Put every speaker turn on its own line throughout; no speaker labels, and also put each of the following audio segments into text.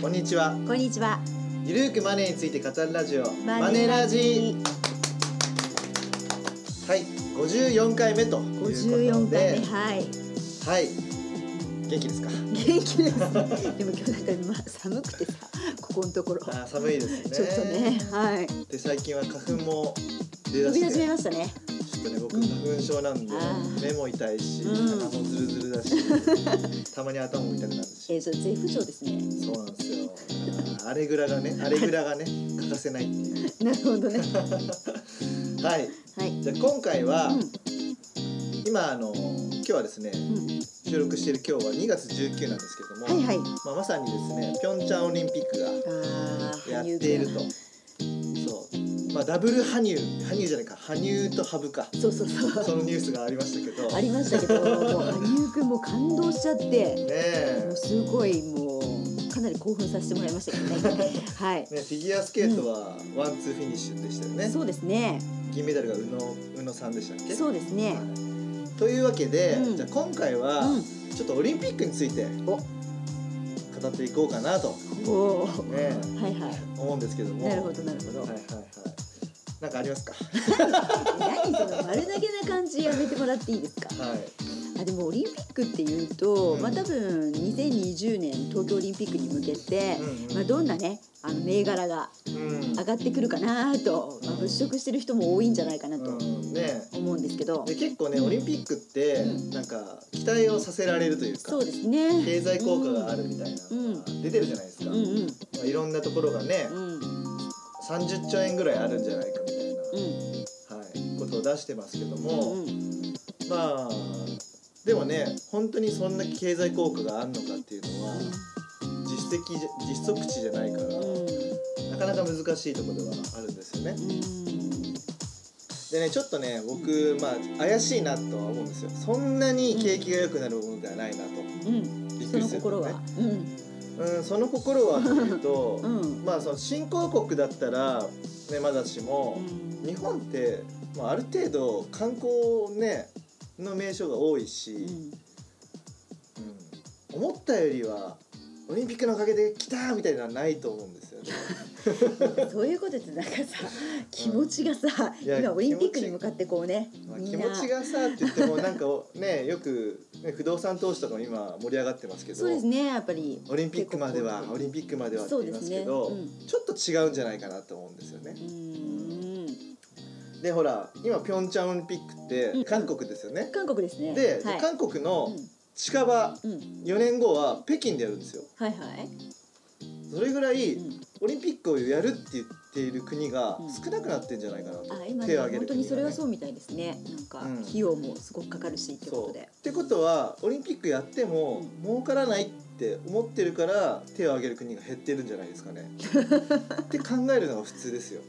こんにちは。
こんにちは。
ゆるーくマネーについて語るラジオ。マネラジ。はい、54回目と
五
い
十
うこ
四
とで
回目、。はい。
はい。元気ですか。
元気です。でも今日なんかまあ寒くてさ、ここのところ。
あー、寒いですね。
ちょっとね、はい。
で、最近は花粉も出だ
飛び
し
始め
て。
ましたね。
ちょっとね、僕花粉症なんで
あ、ー
目も痛いし、
うん
鼻もズルズルだし。 たまに頭も痛くなるし。
えー、それ税不調ですね。
そうなんですよ。あれぐらがね、あれぐらがね、欠かせないっていう。
なるほどね。
はい。
はい。
じゃあ今回は、
うん
今あの今日はですね
うん。
収録している今日は2月19なんですけども、
はいはい。
まあ、まさにですねピョンチャンオリンピックが
ああ、
やっていると
羽生君。
そう、まあ、ダブル羽生羽生じゃないか羽生と羽生か
そうそうそ。
そうのニュースがありましたけど
ありましたけど、もう羽生くんも感動しちゃって、
ね
も
え
うすごいもうかなり興奮させてもらいましたけどね。はい。
ねフィギュアスケートはワンツーフィニッシュでしたよ ね、
そうですね。
銀メダルが宇野宇野さんでしたっけ
そうですね。
はいというわけで、
うん
じゃあ今回は
うん
ちょっとオリンピックについて
お
語っていこうかなと、
おお。
ね
はいはい。
思うんですけども
なるほどなるほど。
はいはいはい。なんかありますか。
何その丸投げな感じやめてもらっていいですか
はい。
あでもオリンピックっていうと、
うん
まあ、多分2020年東京オリンピックに向けて、
うんうん
まあ、どんなねあの銘柄が
うん。
上がってくるかなと、まあ、物色してる人も多いんじゃないかなと
うん、ね。
思うんですけど、
で結構ねオリンピックって
うん
なんか期待をさせられるというか、
そうですね。
経済効果があるみたいなのが出てるじゃないです
う
か。
んうん
まあいろんなところがね
うん
30兆円ぐらいあるんじゃないかみたいな、
うん
はいことを出してますけども、
うんうん
まあでもね本当にそんな経済効果があるのかっていうのは実績じゃ実測値じゃないから、なかなか難しいところではあるんですよね。でねちょっとね僕まあ怪しいなとは思うんですよそんなに景気が良くなるものではないなと
うんうん
びっ
そ
くり
の
する
心
と
は
ね、
うん
うんその心はというと、
うん
まあその新興国だったら、ね、まだしも、日本って、まあ、ある程度観光ねの名所が多いし、
う
うん
ん
思ったよりはオリンピックのおかげで来たみたいなのはないと思うんですよ ね。
そういうことってなんかさ気持ちがさ、
いや
今オリンピックに向かってこうね
まあ、
み
気
んな
持ちがさって言ってもなんかねよく、ね、不動産投資とかも今盛り上がってますけど
そうですねやっぱり
オリンピックまでは
結構
オリンピックまではって言いますけど
そうです
ちょっと違うんじゃないかなと思うんですよね
う。ーん
でほら今ピョンチャンオリンピックっ
う
て
ん
韓国ですよね。
韓国ですね
で、
はい、
韓国の
うん
近場
うん
4年後は北京でやるんですよ。
はいはい、
それぐらい
うん、
オリンピックをやるって言っている国が
うん
少なくなってんじゃないかなと、
あ今
手
ね
を挙げる国がね
本当にそれはそうみたいですねなんか
うん
費用もすごくかかるしってこ
そ
と
うっ
で
てことはオリンピックやっても
う
儲からないって思ってるから手を挙げる国が減ってるんじゃないですか ね。って考えるのが普通ですよ。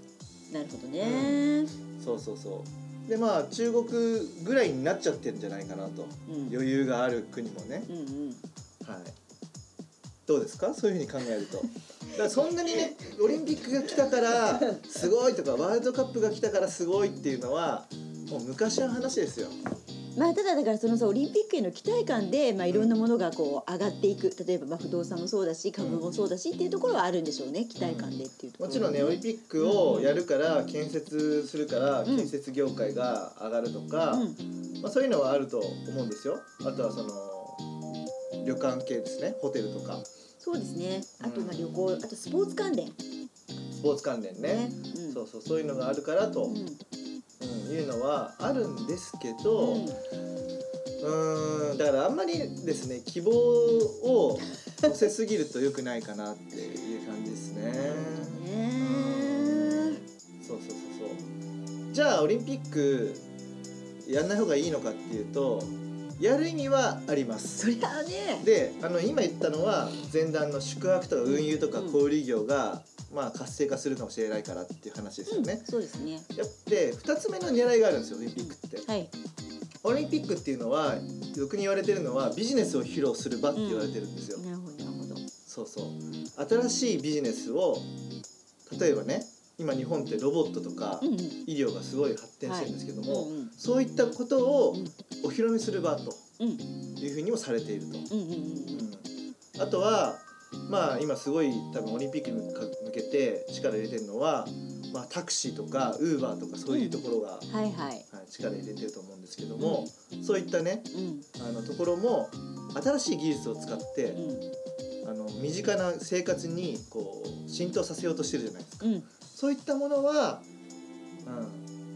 なるほどね
そうそうそう。でまあ中国ぐらいになっちゃってるんじゃないかなと
うん
余裕がある国もね。
うんうん
はい。どうですかそういうふうに考えると。だからそんなにねオリンピックが来たからすごいとかワールドカップが来たからすごいっていうのはもう昔の話ですよ。
まあ、ただだからそのさオリンピックへの期待感で、まあ、いろんなものがこう上がっていく例えばまあ不動産もそうだし株もそうだしっていうところはあるんでしょうね期待感でっていうとこ
も
ろ、
ちろんねオリンピックをやるから建設するから
うん
建設業界が上がるとか、
うん
まあ、そういうのはあると思うんですよあとはその旅館系ですねホテルとか
そうですねあと
うん
まあ旅行、あとスポーツ関連ね
スポーツ関連ね
うん、
そうそうそういうのがあるからと、
う
う
ん
んいうのはあるんですけど
うん
うんんだからあんまりですね希望を乗せすぎると良くないかなっていう感じですね。
ね
そうそうそうそうじゃあオリンピックやんない方がいいのかっていうとやる意味はありま
え
す
そりゃあね
であの今言ったのは前段の宿泊とか運輸とか
うん
小売業が、まあ、活性化するかもしれないからっていう話ですよね
うん、、そうですね
やって2つ目の狙いがあるんですよオリンピックって、
はい
オリンピックっていうのは俗に言われてるのはビジネスを披露する場って言われてるんですよ、
なるほどなるほど
そうそう新しいビジネスを例えばね今日本ってロボットとか、
うん
医療がすごい発展してるんですけども、
うんうん
そういったことを
うん
お披露目する場と
うん
いうふうにもされていると、
うんうんうん
うんあとはまあ今すごい多分オリンピックに向けて力入れてるのは、まあ、タクシーとかウーバーとかそういうところが、
はいはい。
はい力入れてると思うんですけども、そういったね
うん
あのところも新しい技術を使って、
うん
あの身近な生活にこう浸透させようとしてるじゃないですか。
うん
そういったものは、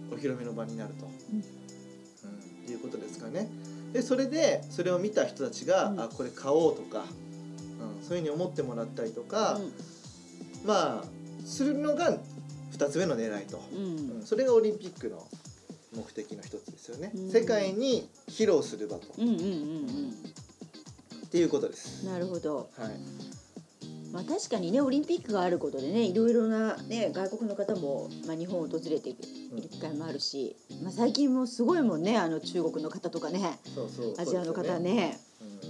うん、お披露目の場になると、
うん
うんいうことですかね。でそれでそれを見た人たちが、
うん
あこれ買おうとか、うん、そういうふうに思ってもらったりとか、まあするのが2つ目の狙いと、
うんうん
うんそれがオリンピックの目的の一つですよね。
うん
世界に披露する場と、
うんうんうん
っていうことです
うん。。なるほど。
はい、
まあ確かにねオリンピックがあることでねいろいろなね外国の方もまあ日本を訪れている
うん
機会もあるし、まあ最近もすごいもんねあの中国の方とかね
そうそう
アジアの
そうです
方
よ
ね。
う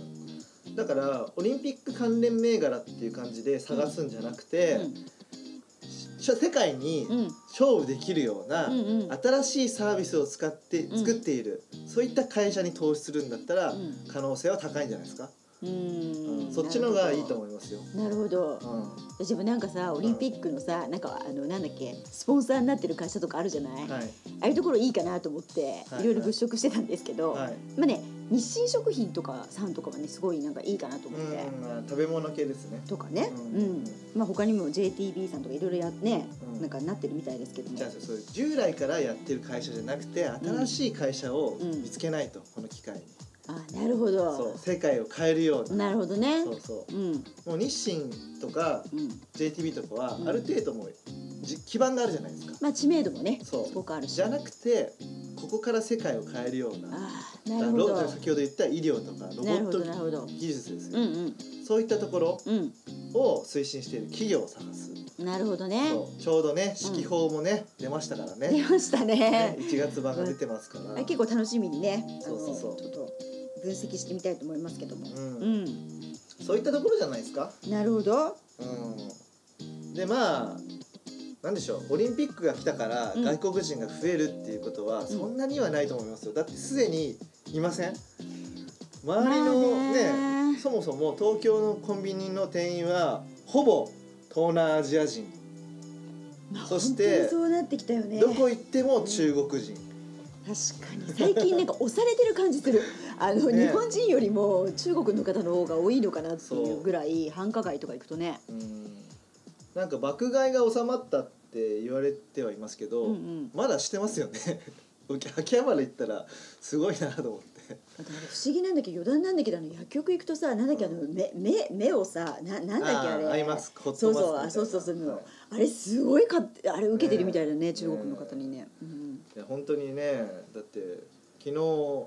んだからオリンピック関連銘柄っていう感じで探すんじゃなくて、し世界に
うんうん
勝負できるような
うんうん
新しいサービスを使って
うん
作っている、そういった会社に投資するんだったら、
うん
可能性は高いんじゃないですか、
うん
うんそっちの方がいいと思いますよ、
なるほど
うん、は
私もなんかさオリンピックのさなんかあのなんだっけスポンサーになってる会社とかあるじゃない、あ
い、
あいうところいいかなと思って
はい
いろいろ物色してたんですけど、
はい
まあね日清食品とかさんとかはねすごいなんかいいかなと思って、
うん、食べ物系ですね
とかね、
う
うんんまあ他にも JTB さんとかいろいろやね、
うん
なんかなってるみたいですけども
じゃあそういう従来からやってる会社じゃなくて新しい会社を見つけないと、この機会に、
あなるほ
そう
ど
世界を変えるような
なるほどね
そうそう
うん
もう日清とか
うん、
JTB とかは
うん
ある程度もうじ基盤があるじゃないですか、
まあ知名度もね
そう
すごくあるし
じゃなくてここから世界を変えるような
あーなるほ
だから
ど
ロ先ほど言った医療とかロボ
なる
ッ
ほ
ト
どなるほど
技術です
う
よ、
んうん
そういったところ
うん
を推進している企業を探す、
なるほどね
そうちょうどね四季報もね、出ましたから
出
ね
ました
ね
ね
1月版が出てますから、
あ 結構楽しみにねあ
そう
の
そうそう
ちょっと分析してみたいと思いますけども
うん
うん、
そういったところじゃないですか、
なるほど
うん、でまあなんでしょうオリンピックが来たから
うん
外国人が増えるっていうことはそんなにはないと思いますよ、だってすでにいません周りの
まあ
ね
ね
そもそも東京のコンビニの店員はほぼ東南アジア人、
まあ
そして
本当にそうなってきたよね
どこ行っても中国人、
確かに最近なんか押されてる感 じするあの、
ね
日本人よりも中国の方の方が多いのかなっていうぐらい繁華街とか行くとね
うんなんか爆買いが収まったって言われてはいますけど、
うんうん
まだしてますよね 僕秋葉原行ったらすごいなと思って
あとなんか不思議なんだけど余談なんだけどあの薬局行くとさなんだっけあの目目目をさななんだっけあれ
あーアイマスクホッ
そ
ト
う
マスク
そ
みたいな
うあそうそうそう、
はい
あれすごいかってあれ受けてるみたいだね
ね
中国の方にねうん
いや本当にねだって昨日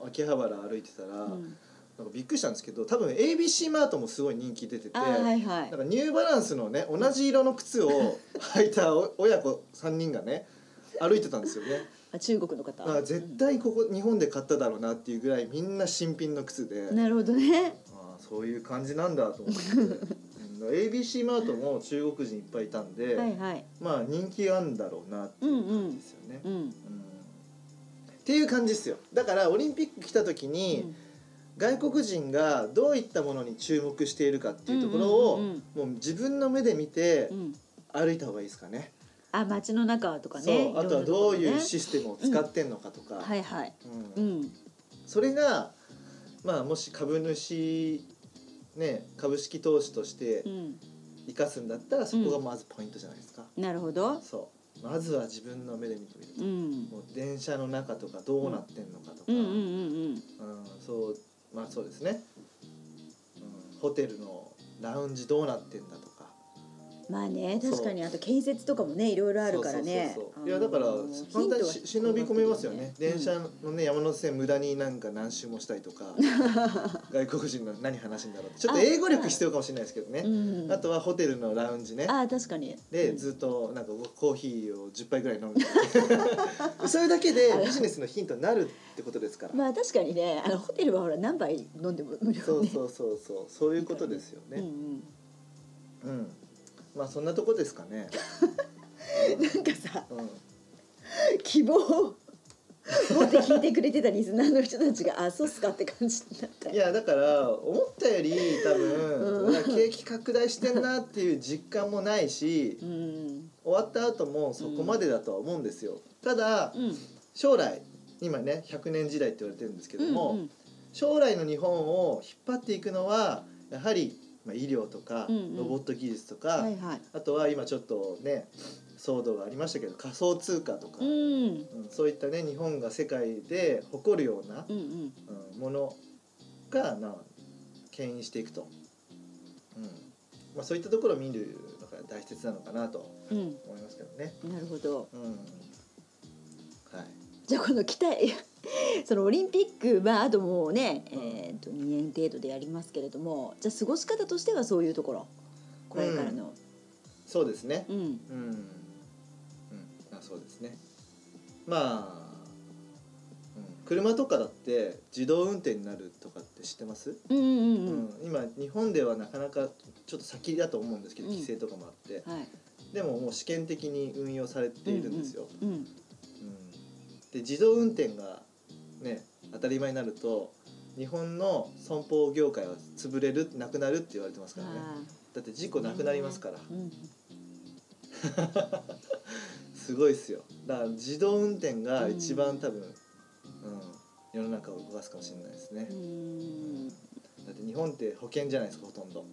秋葉原歩いてたら、
うん
なんかびっくりしたんですけど多分 ABC マートもすごい人気出てて、
あーはいはい
なんかニューバランスのね同じ色の靴を履いたお親子3人がね歩いてたんですよね
あ中国の
だから
方
絶対ここ日本で買っただろうなっていうぐらいみんな新品の靴で
なるほどね
あーそういう感じなんだと思っ てうんだから ABC マートも中国人いっぱいいたんで、
はいはい
まあ人気あんだろうなっていう感じですよね。
うん
うんっていう感じですよだからオリンピック来た時に、外国人がどういったものに注目しているかっていうところを、
うんうん
もう自分の目で見て
うんうん
歩いた方がいいですかね。
あ街の中とかね
そうあとはどう
ろ
い
ろ
う
ね
システムを使ってんのかとか、
はいはい
うん
うん
それが、まあ、もし株主、ね、株式投資として
うん
生かすんだったらそこがまずポイントじゃないですか。
なるほど。
そうまずは自分の目で見てみる
うん。
もう電車の中とかどうなってんのかとか。
うんうんうん
うん、そうまあそうですね、うん、ホテルのラウンジどうなってんだとか
うん。まあね、
そう
確かにあと建設とかもね、いろいろあるからね。
そうそうそうそ
あの
ういやだから簡単にし忍び込めますよね、
ヒント
電
が広
車
がって
のね山手線無駄になんか何周もしたりと か外国人の何話してんだろうってちょっと英語力必要かもしれないですけどね
くるよねうん。
あとはホテルのラウンジね
ああ確かに。
で
うん
ずっとなんかコーヒーを10杯ぐらい飲む それだけでビジネスのヒントになるってことですから、
まあ確かにね、あのホテルはほら何杯飲んでも無料ね。
そうそうそうそうそういうことですよね、
うん
うん、まあそんなとこですかね。
うん。なんかさ、
うん、
希望を持って聞いてくれてたリスナーの人たちが「あそうっすか」って感じになった
いやだから思ったより多分、
うん
なんか景気拡大してんなっていう実感もないし
うん
終わった後もそこまでだとは思うんですよ。ただ
うん
将来今ね100年時代って言われてるんですけども、
うん
将来の日本を引っ張っていくのはやはり、まあ、医療とか
うんうん
ロボット技術と
うん
か、
はいはい
あとは今ちょっとね騒動がありましたけど仮想通貨とか、
うんうん
うんそういったね日本が世界で誇るような
う、ん
うんものがまあ牽引していくと、うんまあ、そういったところを見るのが大切なのかなと
うん
思いますけどね。
なるほど
うんはい
じゃあこ の期待そのオリンピックまああともうね、えー、と2年程度でやりますけれどもじゃあ過ごし方としてはそういうところこれからの、
そうですね、
うん
うん、うん、あそうですねまあ、うん、車とかだって自動運転になるとかって知ってます、
うんうん
う
うん
ん今日本ではなかなかちょっと先だと思うんですけど
うん
規制とかもあって、
はい
でももう試験的に運用されているんですよ、
うんうん
うんで自動運転がね当たり前になると日本の損保業界は潰れるなくなるって言われてますからね
あ
だって事故なくなりますから、
ーうん
すごいっすよだから自動運転が一番多分、うん世の中を動かすかもしれないですね
う、ん
だって日本って保険じゃないですかほとんど、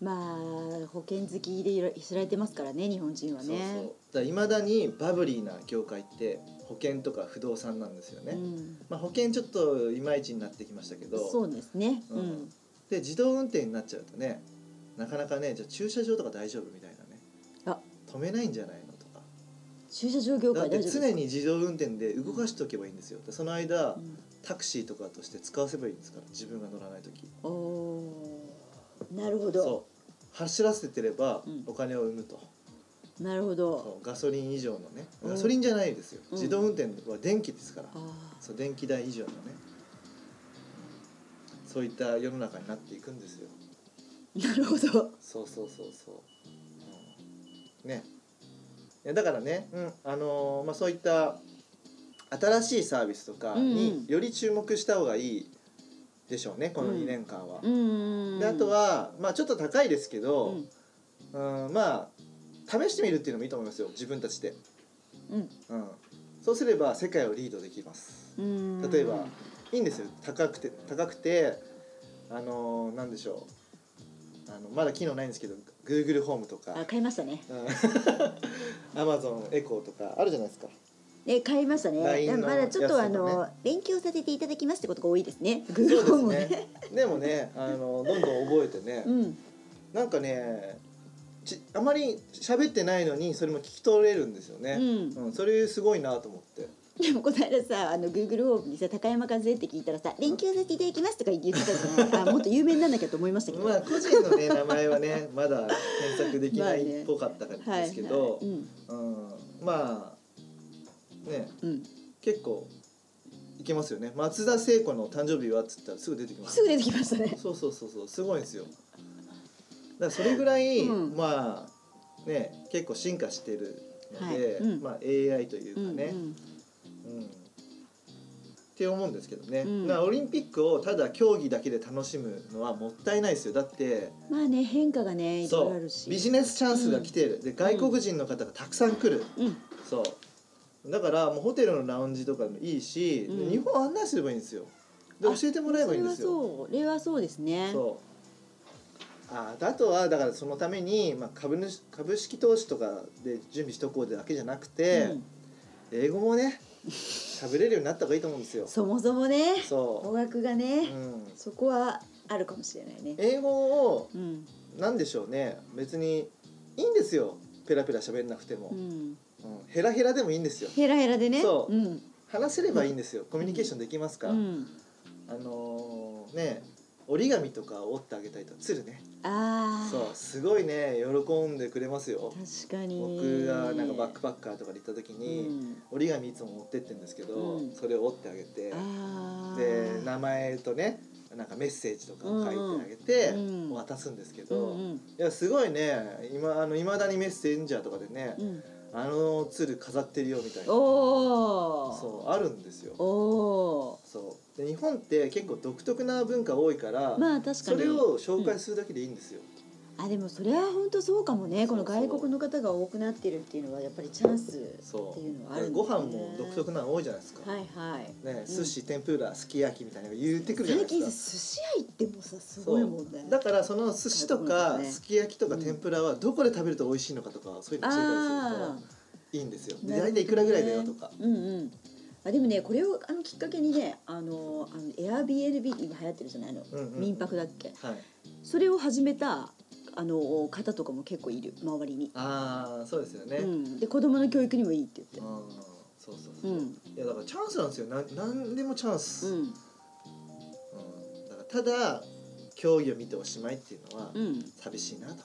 まあ保険好きでいら知られてますからね日本人は
そうそう
ね。
だからいまだにバブリーな業界って保険とか不動産なんですよね、
うん
まあ、保険ちょっといまいちになってきましたけど
そうですね。
うん
うん
で自動運転になっちゃうとねなかなかねじゃあ駐車場とか大丈夫みたいなね
あ
止めないんじゃないのとか
駐車場業
だっ
界
て
大丈夫ですか
常に自動運転で動かしておけばいいんですよでその間
うん
タクシーとかとして使わせばいいんですから自分が乗らない時
おーなるほど
そう走らせてれば
うん
お金を生むと、
なるほど
そうガソリン以上のね
うん
ガソリンじゃないですよ、
うん
自動運転は電気ですから、
あー
そう電気代以上のねそういった世の中になっていくんですよ
なるほど
そうそうそうそう、うん、ねいやだからね、うんあのーまあ、そういった新しいサービスとか
うんう
に
ん
より注目した方がいいでしょうねこの2年間は。
うん
であとは、まあ、ちょっと高いですけ
う
ど、
ん
うんまあ試してみるっていうのもいいと思いますよ自分たちで、
うん
うん、そうすれば世界をリードできます
うん
例えばいいんですよ高くて高くてあのーなんでしょうあのまだ機能ないんですけど Google ホームとか
あ買いましたね
アマゾンエコーとかあるじゃないですか
ね買いましたね
LINE の
まだちょっとあ
やつと
の勉強させていただきますってことが多いですね
そうで
Google
す
も
ね
ね
でもねあのどんどん覚えてね、
うん
なんかねちあまり喋ってないのにそれも聞き取れるんですよ
う
ね、
ん
うんそれすごいなと思って
でもこの間さあの Google ホームにさ高山和恵って聞いたらさ「連休させていただきます」とか言ってたじゃない あもっと有名になんなきゃと思いましたけど、
まあ個人 のね名前はねまだ検索できな
まあね
いっぽかったからですけど
はいはい、うん
うんまあね
うん、
結構いけますよね松田聖子の誕生日はっつったらすぐ出てきます
すぐ出てきましたね
そうそうそうそうすごいんですよだからそれぐらい、
うん
まあね結構進化してるので、
はいうん
まあ、AI というかね、
う
う
ん
んって思うんですけどね、
うん
まあオリンピックをただ競技だけで楽しむのはもったいないですよだって
うんまあね変化がねいろいろ
そ
あ
う
るし
ビジネスチャンスが来てる、で外国人の方がたくさん来る、
うん
そうだからもうホテルのラウンジとかでもいいし、
うん
日本案内すればいいんですよで教
あ
えてもらえばいいんですよ
それはそう例はそうですね
そうああとはだからそのために、まあ、株主株式投資とかで準備しとこうだけじゃなくて、
うん
英語もね喋れるようになった方がいいと思うんですよ
そもそもね語
そ
学がね、
う、うん、
そこはあるかもしれないね
英語を
うん
なんでしょうね別にいいんですよペラペラ喋んなくても
う、ん
うん、ヘラヘラでもいいんですよ
ヘラヘラでね
そう
うん
話せればいいんですよコミュニケーションできますから、
うん、
あのーね折り紙とか折ってあげたりとかつるね
ああ
そうすごいね喜んでくれますよ
確かに
僕がなんかバックパッカーとかで行った時に、
うん
折り紙いつも持ってってんですけど、
うん
それを折ってあげて
ああ
で名前とねなんかメッセージとかを書いてあげて、
うん
渡すんですけ
う
ど、
んうん
いやすごいね今あの未だにメッセンジャーとかでね、
うん
あの鶴飾ってるよみたいな
おお。
そうあるんですよ
おお
そうで日本って結構独特な文化多いから、
ー。まあ確かに。
それを紹介するだけでいいんですよ、
あでもそれは本当そうかもね。こ
そ
の
うそう
外国の方が多くなってるっていうのはやっぱりチャンス。
そ
っていうのはあ
う
るん
ご
ですね
飯も独特なの多いじゃないですか、
はいはい。
ね、寿司天ぷらすき焼きみたいなの言ってくるじゃな
最
いで
近
す
寿
か
司屋行ってもさすごいもんね。
だからその寿司とか
ね
すき焼きとか
うん
天ぷらはどこで食べると美味しいのかとかそういうの教えたりするから
ああ。
いいんですよ
な
で
るほど
大体いくらぐらいだよとか
うんうん。あでもねこれをあのきっかけにねあのあの Airbnb 今流行ってるじゃないあの、
うんうん
民泊だっけ
はい
それを始めたあの方とかも結構いる周りに、
ああそうですよね、
う
うん、
ん、で子供の教育にもいいって言っ
そうそう
て
そうう、
ん
いやだからチャンスなんですよなんなんでもチャンス、
う
うん
ん
だからただ競技を見ておしまいっていうのは
うん
寂しいなと、
まあ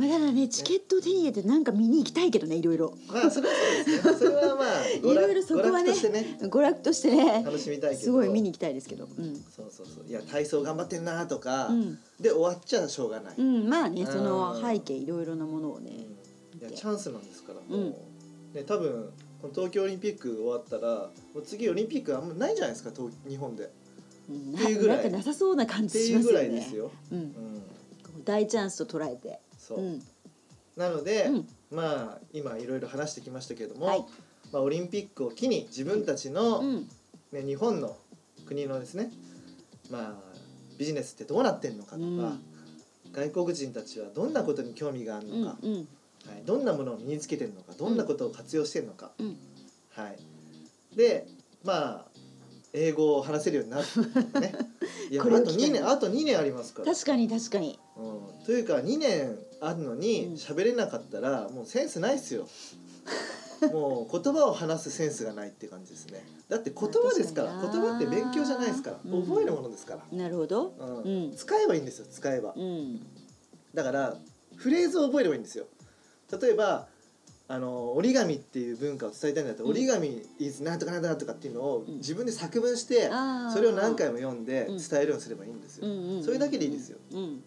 ただねチケットを手に入れてなんか見に行きたいけどねいろいろ
まあそれはそうですねそれはまあ娯楽
いろいろそこはね
娯楽としてね
娯楽としてね
楽しみたいけど
すごい見に行きたいですけどうん
そうそうそういや体操頑張ってんなとか、
うん、
で終わっちゃしょうがない、
う
うん
ん、まあねその
うん
背景いろいろなものをね
いやチャンスなんですからもう、
うん
ね多分この東京オリンピック終わったらもう次オリンピックあんまないじゃないですか東日本でっ
うん
っていうぐら
ないなんかなさそうな感
て
じし
いう
ます
ぐ
よ
らいで
ね
すよ、
うん
うん、
大チャンスと捉えて
そう、
うん
なので、
うん
まあ今いろいろ話してきましたけども、
はい
まあ、オリンピックを機に自分たちの、
うん
ね、日本の国のですねまあビジネスってどうなってんのかとか、
うん
外国人たちはどんなことに興味がある
うん
のか、
うん
はい、どんなものを身につけてるのかどんなことを活用してるのか、
うん
はい、でまあ英語を話せるようになると かねいやあ
これを
と
機会
2
に
年あと2年ありますから、
確かに確かに
うん、というか2年あるの
うん
に喋れなかったらもうセンスないっす よもう言葉を話すセンスがないって感じですねだって言葉ですから
まあ
言
確かにな
葉って勉強じゃないですから
うん
覚えるものですから、
なるほど
うん
うん
使えばいいんですよ使えば
うん
だからフレーズを覚えればいいんですよ例えばあの折り紙っていう文化を伝えたいんだったら、
うん
折り紙 is なんとかなんだとかっていうのを
うん
自分で作文して、
あー
それを何回も読んで
うん
伝えるようにすればいいんですよ、
うんうんうん
それだけでいいですよ
うん
うん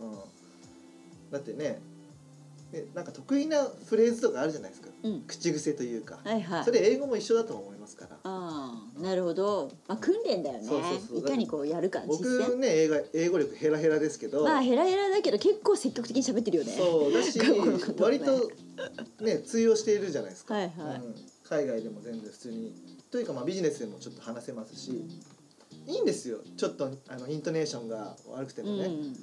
だってねねなんか得意なフレーズとかあるじゃないですか
うん
口癖というか、
はいはい
それ英語も一緒だと思いますから
ああなるほど、まあ、訓練だよね
そうそうそう
いかにこうやるか実
僕
践
ね英語英語力ヘラヘラですけど、
まあヘラヘラだけど結構積極的に喋ってるよね
そうだし
過去の ことね
割とね通用しているじゃないですか、
はいはい
うん海外でも全然普通にというかまあビジネスでもちょっと話せますし、いいんですよちょっとあのイントネーションが悪くて
う
も
ん、う
ね、
ん、
うん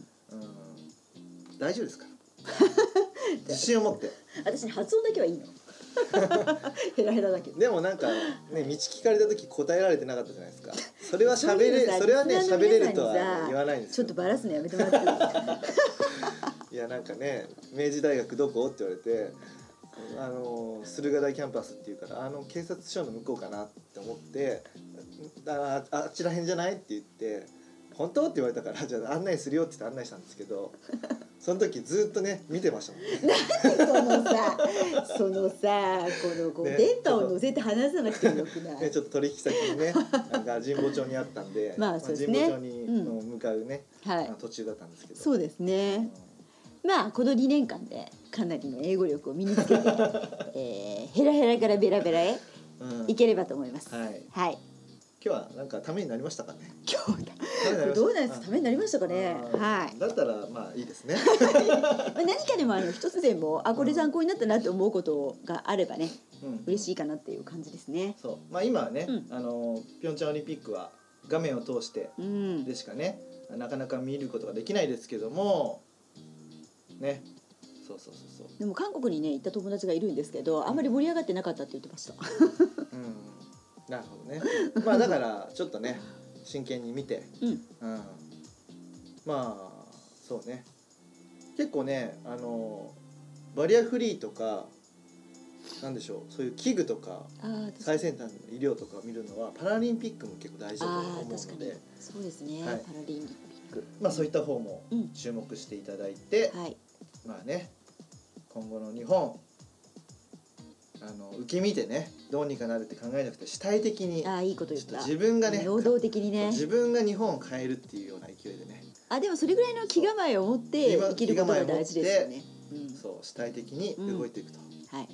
大丈夫 ですから自信を持って
私ね発音だけはいいの ヘラヘラだけど
でもなんかね道聞かれた時答えられてなかったじゃないです かそれは
そう
喋
い
れ
うのさ
それはね
リスナ
喋
ーの
れ
皆さんにさ
るとは言わないんです
ちょ
よ
っとバラすのやめてもらっていい
いやなんかね明治大学どこって言われてあの駿河台キャンパスっていうからあの警察署の向こうかなって思ってあああちらへんじゃないって言って本当って言われたからじゃあ案内するよって言って案内したんですけどその時ずっとね見てましたもんね
そのさそのさこのこう、
ね
電波を乗せて話さなくてもよくない、
ねちょっと取引先にねなんか神保町にあったんで,、
まあそうですね
神保町に、
うん
の向かうね、
は
あ
い
の途中だったんですけど
そうです
う
ね
ん
まあこの2年間でかなりの英語力を身につけ て、えー、ヘラヘラからベラベラへ
うん
いければと思います。
はい
はい。
今日はなんかためになりましたかね
今 日だ。
ためになりました
どうなんですためになりましたか
あ
ね。は
あ
い
ー。だったらまあいい ですね
まあ何かでもあの一つでもあこれ参考になったなって思うことがあればね嬉し
い。
いかなっていう感じですね。
そう、まあ、今はね、
うん
あのピョンチャンオリンピックは画面を通して
うん。
でしかね、なかなか見ることができないですけども。ね、そうそうそう
でも韓国にね行った友達がいるんですけどあんまり盛り上がってなかったって言ってました。
そう。うん、なるほど ね。まあ、だから、ちょっとね、真剣に見て、
うん。
うん。まあ、そうね。結構ね、あの、バリアフリーとか。なんでしょう、そういう器具とか。
ああ。
最先端の医療とかを見るのはパラリンピックも結構大事だと
あ
思う
あ確
の
かに
で
そうですね、
はい
パラリンピック
まあ、そういった方も
うん
注目していただいて、
はい
まあね今後の日本あの受け身でねどうにかなるって考えなくて主体的に
ああいいこと
ちょ
言っ
ったと自分がね
能動的にね
自分が日本を変えるっていうような勢いでね
あでもそれぐらいの気構えを持って
そう
生きることが大事ですよね。うん
そう主体的に動いていくと、
はい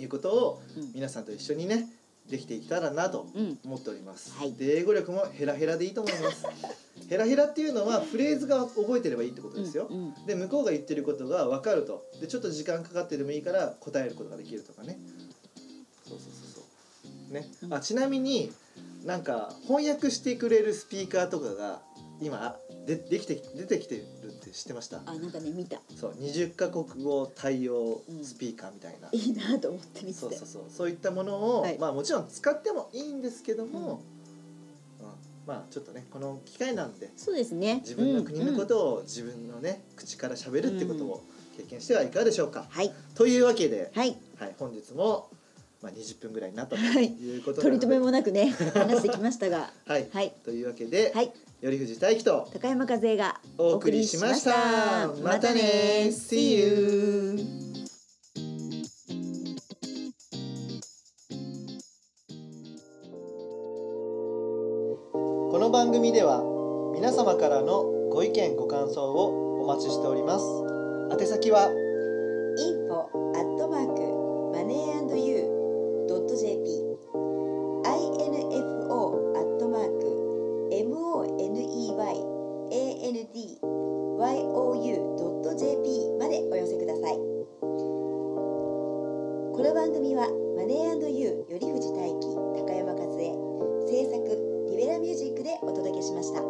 いうことを
うん
皆さんと一緒にねできていけたらなと
うん
思っております、
はい
で英語力もヘラヘラでいいと思い ますヘラヘラっていうのはフレーズが覚えてればいいってことですよ、
うんうん
で向こうが言ってることが分かるとでちょっと時間かかってでもいいから答えることができるとかねそうそうそうそうね
うん
あちなみになんか翻訳してくれるスピーカーとかが今でできて出てきてるって知ってました
あなんかね見た
そう20カ国語対応スピーカーみたいな、
いいなと思って見て
そう
た
そうそうそういったものを、
はい
まあもちろん使ってもいいんですけども、うんまあちょっとねこの機会なんで
そうですね
自分の国のこ
うんうん
とを自分のね口から喋るってことを経験してはいかがでしょうか。
はい
というわけで、
はい
はい、本日も、まあ、20分ぐらいになったと
はい
いうことな
取
の
り
で、
留めもな くね話してきましたが
はい、
はい
というわけで、
はい
頼藤大樹と
高山和恵が
お送りしました。
お送りし
またね See you!この番組では皆様からのご意見ご感想をお待ちしております宛先は
info at mark moneyandyou.jp info at mark moneyandyou.jp までお寄せくださいこの番組はマネーユー頼藤大輝高山和恵制作リベラミュージックでお届けしました